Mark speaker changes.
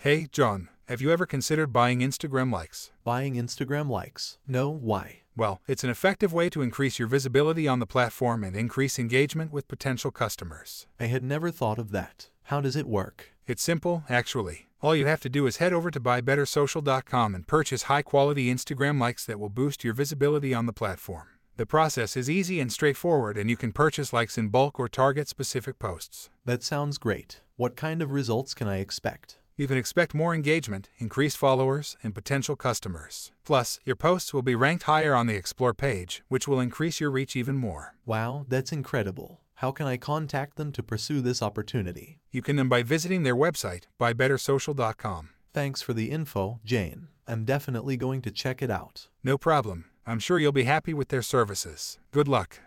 Speaker 1: Hey, John, have you ever considered buying Instagram likes?
Speaker 2: Buying Instagram likes. No, why?
Speaker 1: Well, it's an effective way to increase your visibility on the platform and increase engagement with potential customers.
Speaker 2: I had never thought of that. How does it work?
Speaker 1: It's simple, actually. All you have to do is head over to buybettersocial.com and purchase high quality Instagram likes that will boost your visibility on the platform. The process is easy and straightforward, and you can purchase likes in bulk or target specific posts.
Speaker 2: That sounds great. What kind of results can I expect?
Speaker 1: You can expect more engagement, increased followers, and potential customers. Plus, your posts will be ranked higher on the Explore page, which will increase your reach even more.
Speaker 2: Wow, that's incredible. How can I contact them to pursue this opportunity?
Speaker 1: You can then by visiting their website, buybettersocial.com.
Speaker 2: Thanks for the info, Jane. I'm definitely going to check it out.
Speaker 1: No problem. I'm sure you'll be happy with their services. Good luck.